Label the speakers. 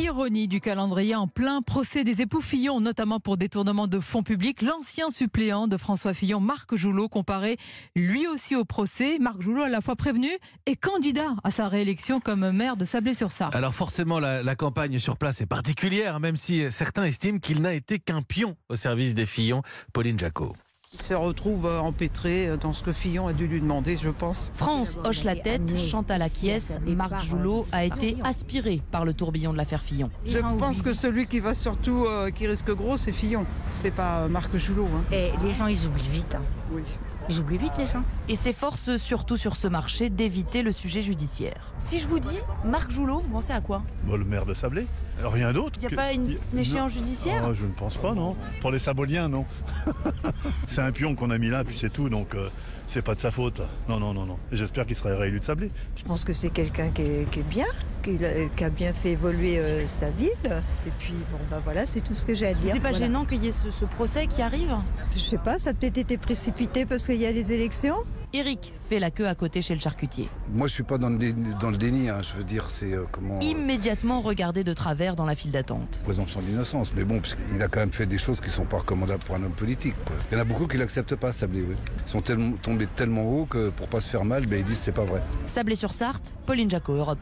Speaker 1: Ironie du calendrier en plein procès des époux Fillon, notamment pour détournement de fonds publics. L'ancien suppléant de François Fillon, Marc Joulot, comparé lui aussi au procès. Marc Joulot, à la fois prévenu et candidat à sa réélection comme maire de Sablé-sur-Sarthe.
Speaker 2: Alors forcément, la, la campagne sur place est particulière, même si certains estiment qu'il n'a été qu'un pion au service des Fillon. Pauline Jacot.
Speaker 3: Il se retrouve euh, empêtré dans ce que Fillon a dû lui demander, je pense.
Speaker 4: France hoche la tête, Chantal acquiesce, Marc Joulot a été aspiré par le tourbillon de l'affaire Fillon.
Speaker 3: Je pense que celui qui va surtout, euh, qui risque gros, c'est Fillon. C'est pas euh, Marc Joulot. hein.
Speaker 5: Et les gens, ils oublient vite. hein.
Speaker 3: Oui.
Speaker 5: Ils oublient vite, les gens.
Speaker 4: Et s'efforce surtout sur ce marché d'éviter le sujet judiciaire. Si je vous dis Marc Joulot, vous pensez à quoi
Speaker 6: Bon, le maire de Sablé Rien d'autre.
Speaker 4: Il n'y a
Speaker 6: que-
Speaker 4: pas une, une
Speaker 6: Non.
Speaker 4: échéance judiciaire
Speaker 6: Ah, Je ne pense pas, non. Pour les Saboliens, non. c'est un pion qu'on a mis là, puis c'est tout, donc euh, c'est pas de sa faute. Non, non, non, non. Et J'espère qu'il sera réélu de Sablé.
Speaker 7: Je pense que c'est quelqu'un qui est, qui est bien, qui, l'a- qui a bien fait évoluer euh, sa ville. Et puis, bon, ben voilà, c'est tout ce que j'ai à dire.
Speaker 4: C'est pas
Speaker 7: Voilà.
Speaker 4: gênant qu'il y ait ce, ce procès qui arrive
Speaker 7: Je sais pas, ça a peut-être été précipité parce qu'il y a les élections.
Speaker 4: Eric fait la queue à côté chez le charcutier.
Speaker 8: Moi, je suis pas dans le déni, dans le déni, hein. je veux dire, c'est euh, comment. euh,
Speaker 4: Immédiatement regardé de travers dans la file d'attente.
Speaker 8: présomption d'innocence. Mais bon, parce qu'il a quand même fait des choses qui sont pas recommandables pour un homme politique. quoi. Il y en a beaucoup qui l'acceptent pas, Sablé, oui. Ils sont tellement, tombés tellement haut que pour pas se faire mal, ben, ils disent c'est pas vrai.
Speaker 4: Sablé sur Sarthe, Pauline Jacot, Europe